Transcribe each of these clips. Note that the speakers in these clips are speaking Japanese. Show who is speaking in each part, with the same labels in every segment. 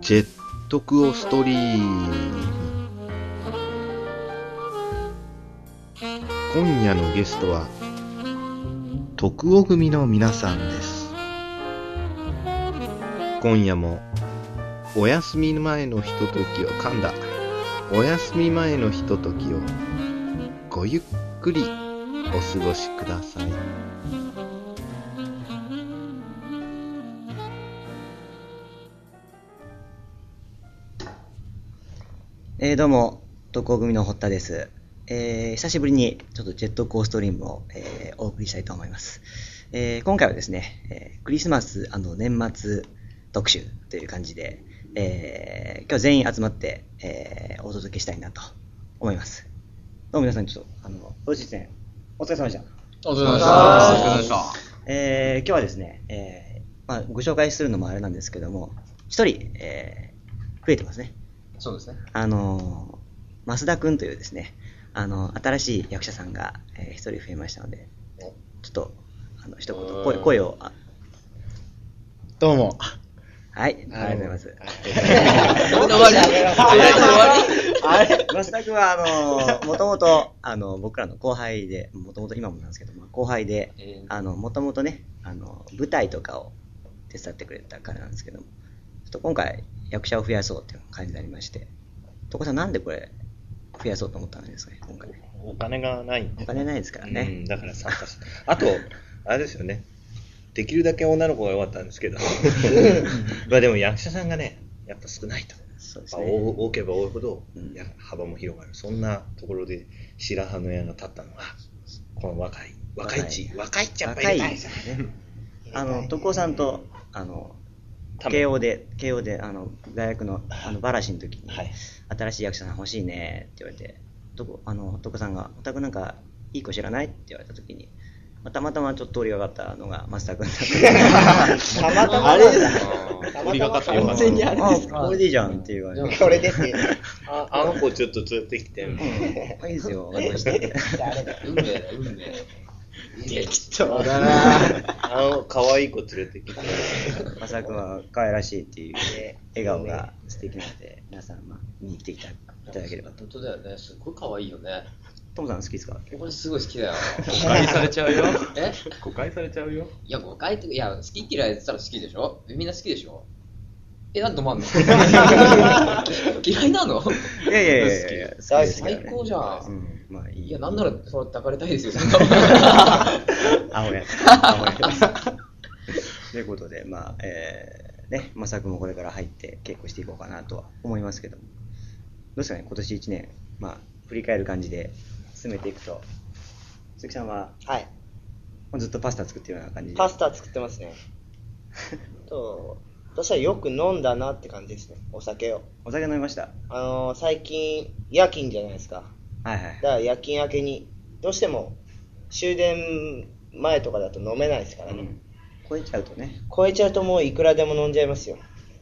Speaker 1: ジェットクオストリーム。今夜のゲストは、徳尾組の皆さんです。今夜も、お休み前のひとときを噛んだ。お休み前のひとときを、ごゆっくりお過ごしください。
Speaker 2: えーどうも、特攻組の堀田です。えー久しぶりにちょっとジェットコーストリームを、えーお送りしたいと思います。えー今回はですね、えークリスマス年末特集という感じで、えー今日全員集まって、えーお届けしたいなと思います。どうも皆さん、ちょっと、あの、ご出演、お疲れ様でした。
Speaker 3: お疲れ様でした。お疲れ様でした。
Speaker 2: えー今日はですね、えーまあ、ご紹介するのもあれなんですけども、一人、えー増えてますね。
Speaker 3: そうですね。
Speaker 2: あのー、増田くんというですね、あのー新しい役者さんがえー一、人増えましたので、ちょっと、あの、一言、声声を、あ
Speaker 1: どうも。
Speaker 2: はい、ありがとうございます。
Speaker 3: 終わり終わ
Speaker 2: あれ増田くんは、あの ー、もともと、あの、僕らの後輩で、もともと今もなんですけど、まあ、後輩で
Speaker 3: え、ー
Speaker 2: あの、もともとね、あの、舞台とかを手伝ってくれた彼なんですけども、ちょっと今回、役者を増やそうっていう感じになりまして、とこさんなんでこれ、増やそうと思ったんですかね、今回。
Speaker 4: お金がないん
Speaker 2: お
Speaker 4: で。
Speaker 2: 金ないですから
Speaker 4: う
Speaker 2: ね
Speaker 4: ん、。だから参加して。あと、あれですよね。できるだけ女の子が良かったんですけど。まあでも役者さんがね、やっぱ少ないと。
Speaker 2: そうです
Speaker 4: まあ
Speaker 2: ね。
Speaker 4: 多多ければ多いほど
Speaker 2: うん
Speaker 4: や幅も広がる。そんなところで白羽の矢が立ったのが、この若い、若いち、若いちゃっぱ
Speaker 2: 若
Speaker 4: り
Speaker 2: い
Speaker 4: 入れたい
Speaker 2: ですよね。あの、徳子さんと、あの、
Speaker 4: 多分
Speaker 2: 慶応で、慶応で、あの、大学の、あの、バラシの時に、
Speaker 4: はい
Speaker 2: 新しい役者さん欲しいねって言われて、とこ、あの、徳子さんが、おたくなんか、いい子知らないって言われた時に、まあたまたまちょっと通りがかったのが、マスター君だった
Speaker 5: たまたま
Speaker 3: あれです
Speaker 5: りがかった
Speaker 3: よ
Speaker 5: 完全にあれです
Speaker 2: あこれでいいじゃんっていう感じ
Speaker 5: これですよね
Speaker 4: ああの子ちょっと連れてきて、
Speaker 2: で。いいですよ、わかりました。
Speaker 5: 誰だよ
Speaker 3: 運命だ、運命。
Speaker 5: 適当
Speaker 3: だな
Speaker 4: あの可愛い子連れてきて、
Speaker 2: マサ君は可愛らしいっていう笑顔が素敵なので、皆さん、まあ、見に来ていたいただければと。
Speaker 3: 本当だよね。すっごい可愛いよね。
Speaker 2: トムさん好きですか
Speaker 3: 俺すごい好きだよ。
Speaker 6: 誤解されちゃうよ。
Speaker 3: え
Speaker 6: 誤解されちゃうよ。
Speaker 3: いや、誤解って、いや、好き嫌いって言ったら好きでしょみんな好きでしょえ、なんで止まんの嫌いなの
Speaker 2: いやいやいやいや、好きですけど
Speaker 3: 最
Speaker 2: ね
Speaker 3: 高じゃ。
Speaker 2: うんん、まあいい。
Speaker 3: いや、なんなら、それ抱かれたいですよ、そんな
Speaker 2: 青や。 青や。ということで、まあ、えー、ね、マサ君もこれから入って稽古していこうかなとは思いますけども。どうですかね、今年1年、まあ、振り返る感じで進めていくと、鈴木さんは
Speaker 5: はい
Speaker 2: ずっとパスタ作ってるような感じで。
Speaker 5: パスタ作ってま すねと私はよく飲んだなって感じですねお酒を
Speaker 2: お酒飲みました
Speaker 5: あのー最近夜勤じゃないですか
Speaker 2: はいは
Speaker 5: だ
Speaker 2: い
Speaker 5: か。ら夜勤明けにどうしても終電前とかだと飲めないですからね、
Speaker 2: 超えちゃうとね。
Speaker 5: 超えちゃうともういくらでも飲んじゃいますよ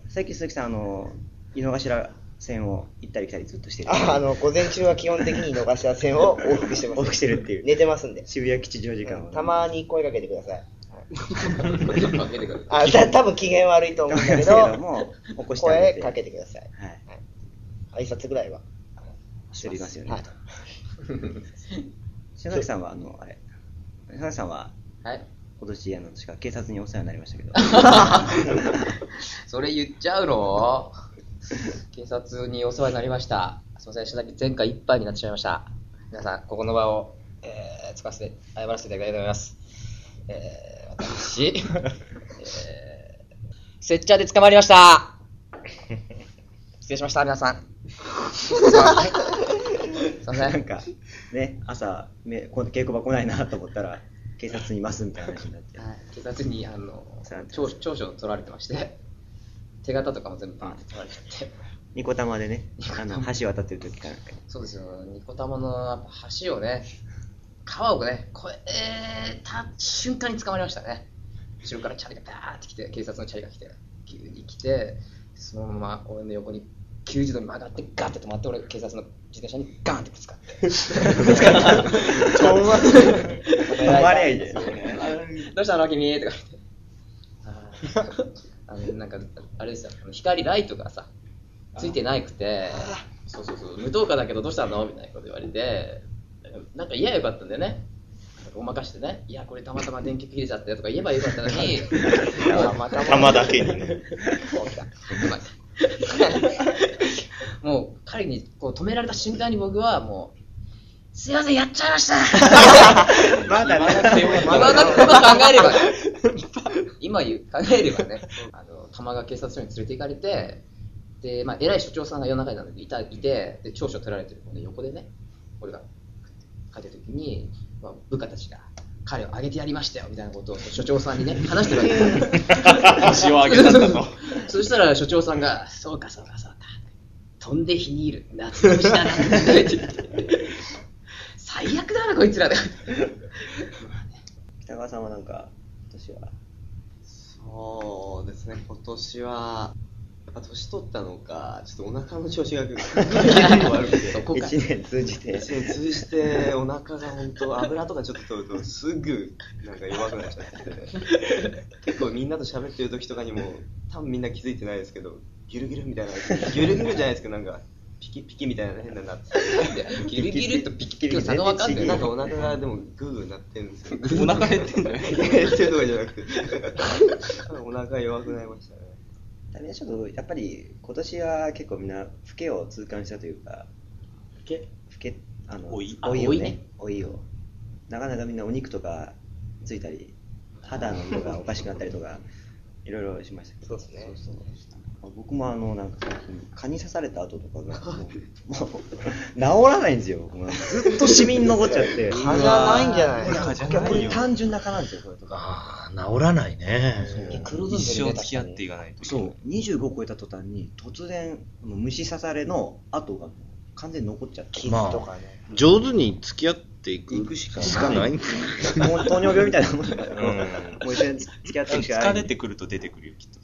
Speaker 2: 最近鈴木さん、あの、井の頭線を行ったり来たりずっとしてる。
Speaker 5: ああの午前中は基本的に逃し線を往復してます
Speaker 2: 往復してるっていう
Speaker 5: 寝てますんで
Speaker 2: 渋谷吉祥寺間を、
Speaker 5: たまに声かけてください
Speaker 3: の。かけてくる
Speaker 5: あた多分機嫌悪いと思うん だけ
Speaker 2: と思うんだ
Speaker 5: ど
Speaker 2: けども起こしてあげ
Speaker 5: 声
Speaker 2: て
Speaker 5: かけてください
Speaker 2: はい。
Speaker 5: 挨拶ぐらいは
Speaker 2: しておりますよ
Speaker 5: は
Speaker 2: ね
Speaker 5: い。
Speaker 2: 篠崎さんは、あの、あれ、篠崎さんは、
Speaker 3: はい。
Speaker 2: 今年、あの、確か警察にお世話になりましたけど、
Speaker 3: それ言っちゃうの警察にお世話になりました。すみません、下だけ前回いっぱいになってしまいました。皆さん、ここの場を、えー、使わせて、謝らせていただきたいと思います。えー、私、えー、拙者で捕まりました。失礼しました、皆さん。すいません。
Speaker 2: なんか、ね、朝、めこ稽古場来ないなと思ったら、警察にいますみたいな話になって、
Speaker 3: はい警察にあの
Speaker 2: さあ
Speaker 3: 長長所を取られてまして手形とかも全部バーンって取られちゃって
Speaker 2: ニコ玉でね、あの、橋渡ってる時かなんかに
Speaker 3: そうですよニコ玉のやっぱ橋をね川をね越えた瞬間に捕まりましたね後ろからチャリがバーって来て警察のチャリが来て急に来てそのまま俺の横に90度に曲がってガーって止まって俺警察の自転車にガーンってぶつかって
Speaker 2: 止まれいいですよね。
Speaker 3: どうしたの君とか言って。ああのなんかあれですよあの光ライトがさついてなくてそうそうそう無灯火だけどどうしたのみたいなこと言われてなんか嫌よかったんだよねなんかごまかしてねいやこれたまたま電気切れちゃったよとか言えばよかった のに
Speaker 4: 玉だけにね。
Speaker 3: もう来た今 もう彼にこう止められた瞬間に僕はもう「すいませんやっちゃいました!
Speaker 4: まだ
Speaker 3: 今」今考 えればね今言う考えればねあの多摩川警察署に連れて行かれてで、まあ、偉い署長さんが夜中になのでいたいてで長所取られてるので横でね俺が帰った時に、まあ、部下たちが。彼をあげてやりましたよみたいなことを署長さんにね話してるわけですよ
Speaker 7: 腰を上げたんだと。
Speaker 3: そしたら所長さんが、そうかそうかそうか、飛んで火にいる、夏の虫だなって言って、最悪だな、こいつらで。
Speaker 2: 北川さんはなんか、私は。
Speaker 8: そうですね、今年は、やっぱ年取ったのか、ちょっとお腹の調子が悪くて、
Speaker 3: そこか
Speaker 2: 一年通じて。
Speaker 8: 一年通じてお腹が本当油とかちょっと取るとすぐなんか弱くなっちゃって結構みんなと喋ってる時とかにも多分みんな気づいてないですけどギュルギュルみたいなギュルギュルじゃないですけどなんかピキピキみたいな変なのになって
Speaker 3: ギルギルとピッキリと差が分かんな
Speaker 8: て
Speaker 3: い。
Speaker 8: な
Speaker 3: なんん
Speaker 8: か
Speaker 3: か
Speaker 8: お腹がでもグーグーなってるんですよ
Speaker 7: お腹減ってんだよ。
Speaker 8: 減ってるとかじゃなくてお腹弱くなりましたね
Speaker 2: だね、ちょっと、やっぱり、今年は結構みんな、老けを痛感したというか、
Speaker 5: いけ
Speaker 2: 老け、あの、
Speaker 7: 老い
Speaker 2: 老いを
Speaker 3: あ老い
Speaker 2: ね
Speaker 3: ね、
Speaker 2: 老いを。なかなかみんなお肉とかついたり、肌の色がおかしくなったりとか、 いろいろしましたけど。
Speaker 5: そうですね
Speaker 2: そうそう僕もあの、なんか最近、蚊に刺された後とかが、もう、もう治らないんですよ。もうずっとシミに残っちゃって。
Speaker 5: 蚊じゃないんじゃない
Speaker 2: いや
Speaker 7: じゃないよ
Speaker 2: これ単純な蚊なんですよ、これとか。
Speaker 4: ああ、治らないね。
Speaker 5: 黒ずん
Speaker 7: 一
Speaker 5: でる
Speaker 7: 生
Speaker 5: ね
Speaker 7: 付き合っていかないと。
Speaker 2: そう、25超えた途端に、突然、あの虫刺されの跡が完全に残っちゃって、
Speaker 5: 傷
Speaker 4: まあ
Speaker 5: とかね。
Speaker 4: 上手に付き合っていく
Speaker 2: 行くしかない
Speaker 4: ないんだ
Speaker 2: もう糖尿病みたいなもんだか
Speaker 4: うん
Speaker 2: ら、もう一緒に付き合っていくしか
Speaker 7: 疲
Speaker 2: な
Speaker 7: れ
Speaker 2: い。
Speaker 7: てくると出てくるよ、きっと。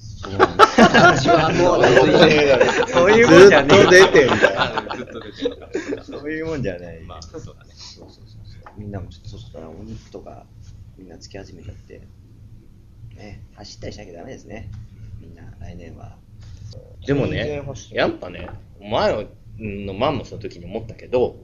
Speaker 2: そういうもんじゃね
Speaker 4: ずっと出てるみたいな。
Speaker 2: え。そういうもんじゃない。
Speaker 7: まあ、そうだね。
Speaker 2: そうそうそうそうみんなもちょっとそうそうだな、お肉とか、みんなつき始めちゃって、ね、走ったりしなきゃダメですね。みんな、来年は。
Speaker 4: でも
Speaker 5: 全然
Speaker 4: ね
Speaker 5: 欲し、い
Speaker 4: やっぱね、前のマンモスの時に思ったけど、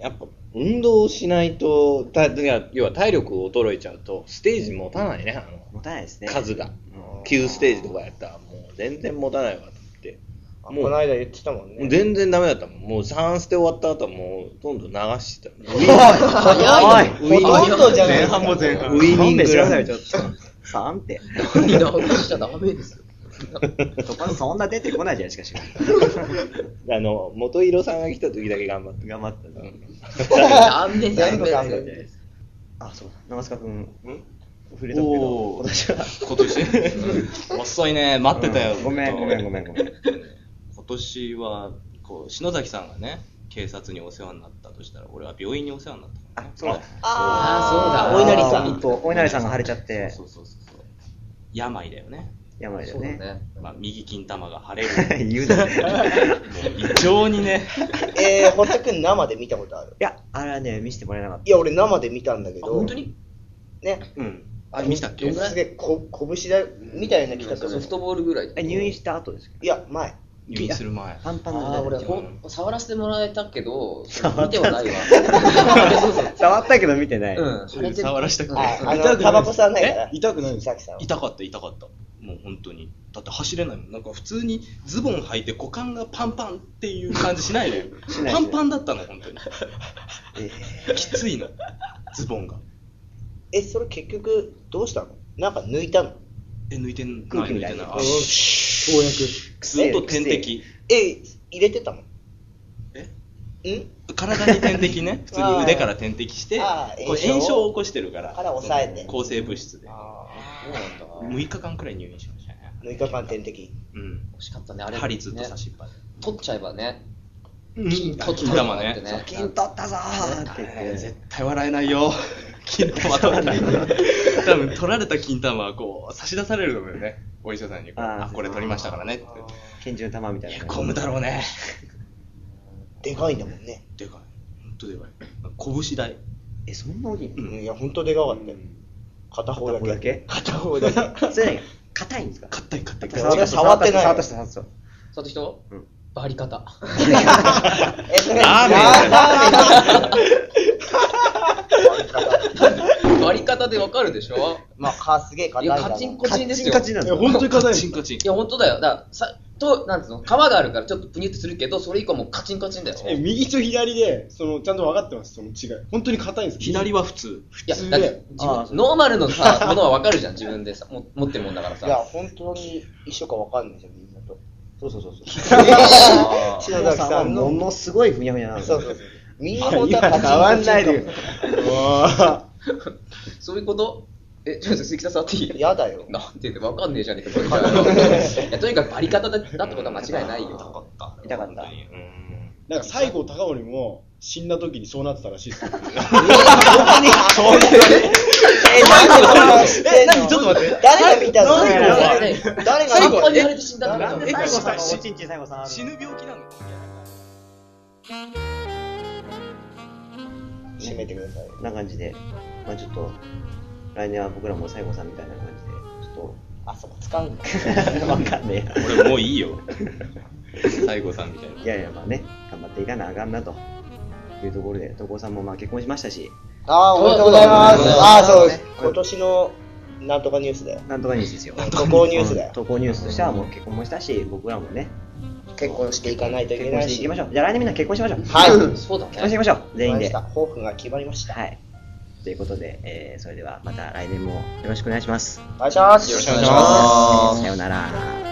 Speaker 4: やっぱ運動しないと、たいや要は体力を衰えちゃうと、ステージ持たないね、あの
Speaker 2: 持たないですね。
Speaker 4: 数が
Speaker 2: うん。
Speaker 4: 9ステージとかやったら、もう全然持たないわと思って。
Speaker 5: あこ
Speaker 4: もう
Speaker 5: の間言ってたもん
Speaker 4: もう
Speaker 5: ね。
Speaker 4: 全然ダメだったもん。もう3ステ終わった後はもう、どんどん流してた。
Speaker 3: 早い
Speaker 5: ほとんどじゃないですか。
Speaker 7: も前
Speaker 4: ウイニングラン
Speaker 2: ちょっと。3って。
Speaker 3: 何の話しちゃダメですよ。
Speaker 2: そこそんな出てこないじゃないですか、しか
Speaker 4: あの、元色さんが来た時だけ頑張って。
Speaker 2: 頑張ったね。
Speaker 3: 残念、残
Speaker 5: 全部
Speaker 3: 念
Speaker 5: 完。璧です
Speaker 2: あ、そうだ。長塚君、
Speaker 7: ん
Speaker 2: 触れたけど、
Speaker 7: おー
Speaker 2: 今年は。
Speaker 7: 今年遅いね、待ってたよ。
Speaker 2: うんごめん、
Speaker 7: ずっと
Speaker 2: ごめん、ごめん、ごめん。
Speaker 7: 今年はこう篠崎さんがね警察にお世話になったとしたら俺は病院にお世話になったからねそう
Speaker 3: ああ、
Speaker 2: お
Speaker 3: そうだ、お
Speaker 2: 稲
Speaker 3: 稲
Speaker 2: 荷
Speaker 3: 荷
Speaker 2: さ
Speaker 3: さ
Speaker 2: ん。
Speaker 3: ん。
Speaker 2: お稲荷さんが腫れちゃって、
Speaker 7: そうそうそうそう病だよね、
Speaker 2: 病だ
Speaker 3: そ
Speaker 2: よ
Speaker 3: うだ
Speaker 2: ね。
Speaker 3: ね。
Speaker 7: まあ、右金玉が腫 れる
Speaker 2: 言うなね。
Speaker 7: もう異常にね
Speaker 5: えー、堀田くん生で見たことある
Speaker 2: いや、あれはね、見せてもらえなかっ
Speaker 5: いや、俺生で見たんだけ
Speaker 3: あ
Speaker 5: ど。
Speaker 3: 本当に
Speaker 5: ね。
Speaker 7: うん
Speaker 5: あ
Speaker 7: 見たっけ
Speaker 5: どんぐらいすげえ、こ、拳だ、みたいな着方
Speaker 3: ソ
Speaker 5: の
Speaker 3: フトボールぐらい。
Speaker 2: た。え、入院した後ですか
Speaker 5: いや、前。
Speaker 7: 入院する前
Speaker 2: パンパン
Speaker 3: ああ、
Speaker 2: の
Speaker 3: 俺
Speaker 2: 状態
Speaker 3: ほん、触らせてもらえたけど、見てはないわ。そうそう。
Speaker 2: 触ったけど見てない。
Speaker 3: うん、腫れて
Speaker 7: 触らしたくない
Speaker 5: ああの、タバコ吸わないから。
Speaker 7: 痛くないです
Speaker 5: さきさんは。
Speaker 7: 痛かった痛かったもう本当にだって走れないもんなんか普通にズボン履いて股間がパンパンっていう感じしないのよ
Speaker 2: しない
Speaker 7: パンパンだったの本当に
Speaker 2: え
Speaker 7: きついのズボンが
Speaker 5: え、それ結局、どうしたのなんか抜いたの
Speaker 7: え抜いてない
Speaker 2: 空気
Speaker 7: 抜
Speaker 2: み
Speaker 7: い
Speaker 2: た
Speaker 7: て
Speaker 2: い
Speaker 7: な
Speaker 2: ないうん
Speaker 7: ずっと点滴
Speaker 5: え、入れてたの
Speaker 7: え
Speaker 5: ん
Speaker 7: 体に点滴ね普通に腕から点滴して
Speaker 5: あー
Speaker 7: こう
Speaker 5: 炎
Speaker 7: 炎
Speaker 5: 症
Speaker 7: 症
Speaker 5: を
Speaker 7: を起こしてるから
Speaker 5: から抑えて
Speaker 7: その抗生物質で
Speaker 5: あ
Speaker 7: 6日間くらい入院しましたね
Speaker 5: あ。6日間点滴。
Speaker 7: うん
Speaker 3: 欲しかったね、あれ。
Speaker 7: 針ずっと差しっぱで
Speaker 3: 取っちゃえばね。
Speaker 7: 金
Speaker 3: 取っ
Speaker 7: 玉
Speaker 3: って
Speaker 7: ね
Speaker 2: 金取ったぞーって言
Speaker 7: えー
Speaker 2: って。
Speaker 7: 絶対笑えない よ金玉取られた多分取られた金玉はこう差し出されるのよねお医者さんにこう
Speaker 2: あー
Speaker 7: あこれ取りましたからねって
Speaker 2: 拳銃の弾みたい
Speaker 7: い
Speaker 2: な
Speaker 7: や
Speaker 2: 感じ。
Speaker 7: 混むだろうね
Speaker 5: でかいんだもんね。
Speaker 7: でかい本当でかい 拳大
Speaker 2: え、そんな大きいの
Speaker 7: うん
Speaker 5: いや、ほんとでかかったよ。片方だ
Speaker 2: 片方だ
Speaker 5: け
Speaker 2: け。
Speaker 5: 片方だけ。
Speaker 2: それね硬いんですか
Speaker 7: 硬い硬い
Speaker 5: 触った触ってない
Speaker 2: 触った人触った人
Speaker 3: その人、バリカ タ。
Speaker 5: え、それ、
Speaker 4: ラーメン
Speaker 3: バリカタでわかるでしょ
Speaker 5: まあ、かすげえ硬
Speaker 3: い
Speaker 5: いだ
Speaker 3: や、
Speaker 5: ろうな
Speaker 3: カチンコチンですよ。
Speaker 2: カチンカチンなんですよ
Speaker 7: 本当に硬い。チンカチ
Speaker 3: い。
Speaker 7: ン
Speaker 3: や、本当だよ。だからさ、と、なんつうの、皮があるからちょっとプニュってするけど、それ以降もうカチンカチンだよ。
Speaker 9: え右と左で、その、ちゃんと分かってます、その違い。本当に硬いんです
Speaker 7: 左は普通。
Speaker 3: いや、
Speaker 9: 普通
Speaker 3: だ
Speaker 9: だ
Speaker 3: っ
Speaker 9: よ
Speaker 3: て自分、ノーマルのさ、ものはわかるじゃん、自分でさ、も持ってるもんだから
Speaker 5: いや、
Speaker 3: さ。
Speaker 5: 本当に一緒かわかんないじゃん、みんなと。そうそうそうそう。
Speaker 3: あー
Speaker 5: 篠崎さん
Speaker 2: も
Speaker 5: の。
Speaker 2: のすごいふにゃふにゃなの
Speaker 5: そうそうそう。みんな
Speaker 9: 今
Speaker 5: 本当
Speaker 9: 変
Speaker 5: はカチンコチン
Speaker 9: わんないでよ。
Speaker 3: そういうことえ、ちょっと鈴木さん触っていい
Speaker 5: やだよ。
Speaker 3: なんて言ってわかんねえじゃねえか、これからいやとにかくバリカタだだってことは間違いないよ。
Speaker 2: 痛かった
Speaker 9: なんか西郷隆盛も死んだ時にそうなってたらしいっすよ。
Speaker 5: え、なんでそれえ、何ちょっと待って。誰が見たの
Speaker 9: 最後は
Speaker 5: 誰が誰が
Speaker 3: 最
Speaker 5: 見
Speaker 3: 後にやれて死んだんだ
Speaker 2: なん
Speaker 3: か
Speaker 2: で
Speaker 3: ら。
Speaker 2: 最後さん、おちんちん最後さんある
Speaker 7: 死ぬ病気なの
Speaker 5: た閉めてください。
Speaker 2: こんな感じで、まあちょっと、来年は僕らも最後さんみたいな感じで、ちょ
Speaker 5: あそこ使うんだ。
Speaker 2: っと、わかんねえや。
Speaker 7: 俺もうい いよ。西郷さんみたいな。
Speaker 2: いやいや、まあね、頑張っていかなあかんなと。いうところで、戸郷さんもまあ結婚しましたし、
Speaker 5: あー、おめでとうございます。あー、そうです。今年のなんとかニュースだよ。
Speaker 2: なんとかニュースですよ。
Speaker 5: 渡航ニュースだよ
Speaker 2: うん渡航ニュースとしてはもう結婚もしたし、僕らもね、
Speaker 5: 結婚していかないとい
Speaker 2: 結
Speaker 5: け
Speaker 2: 婚
Speaker 5: な
Speaker 2: し
Speaker 5: い
Speaker 2: ていき
Speaker 5: し。
Speaker 2: ましょう。じゃあ来年みんな結婚しましょう。
Speaker 5: はい。
Speaker 3: そうだ
Speaker 2: 結婚して
Speaker 3: ね。
Speaker 2: いきましょう。全員で。
Speaker 5: 決まりました抱負が決まりました。
Speaker 2: はい。ということで、えーそれではまた来年もよろしくお願いします。
Speaker 5: お願いします。
Speaker 3: よろしくお願いします
Speaker 2: さようなら。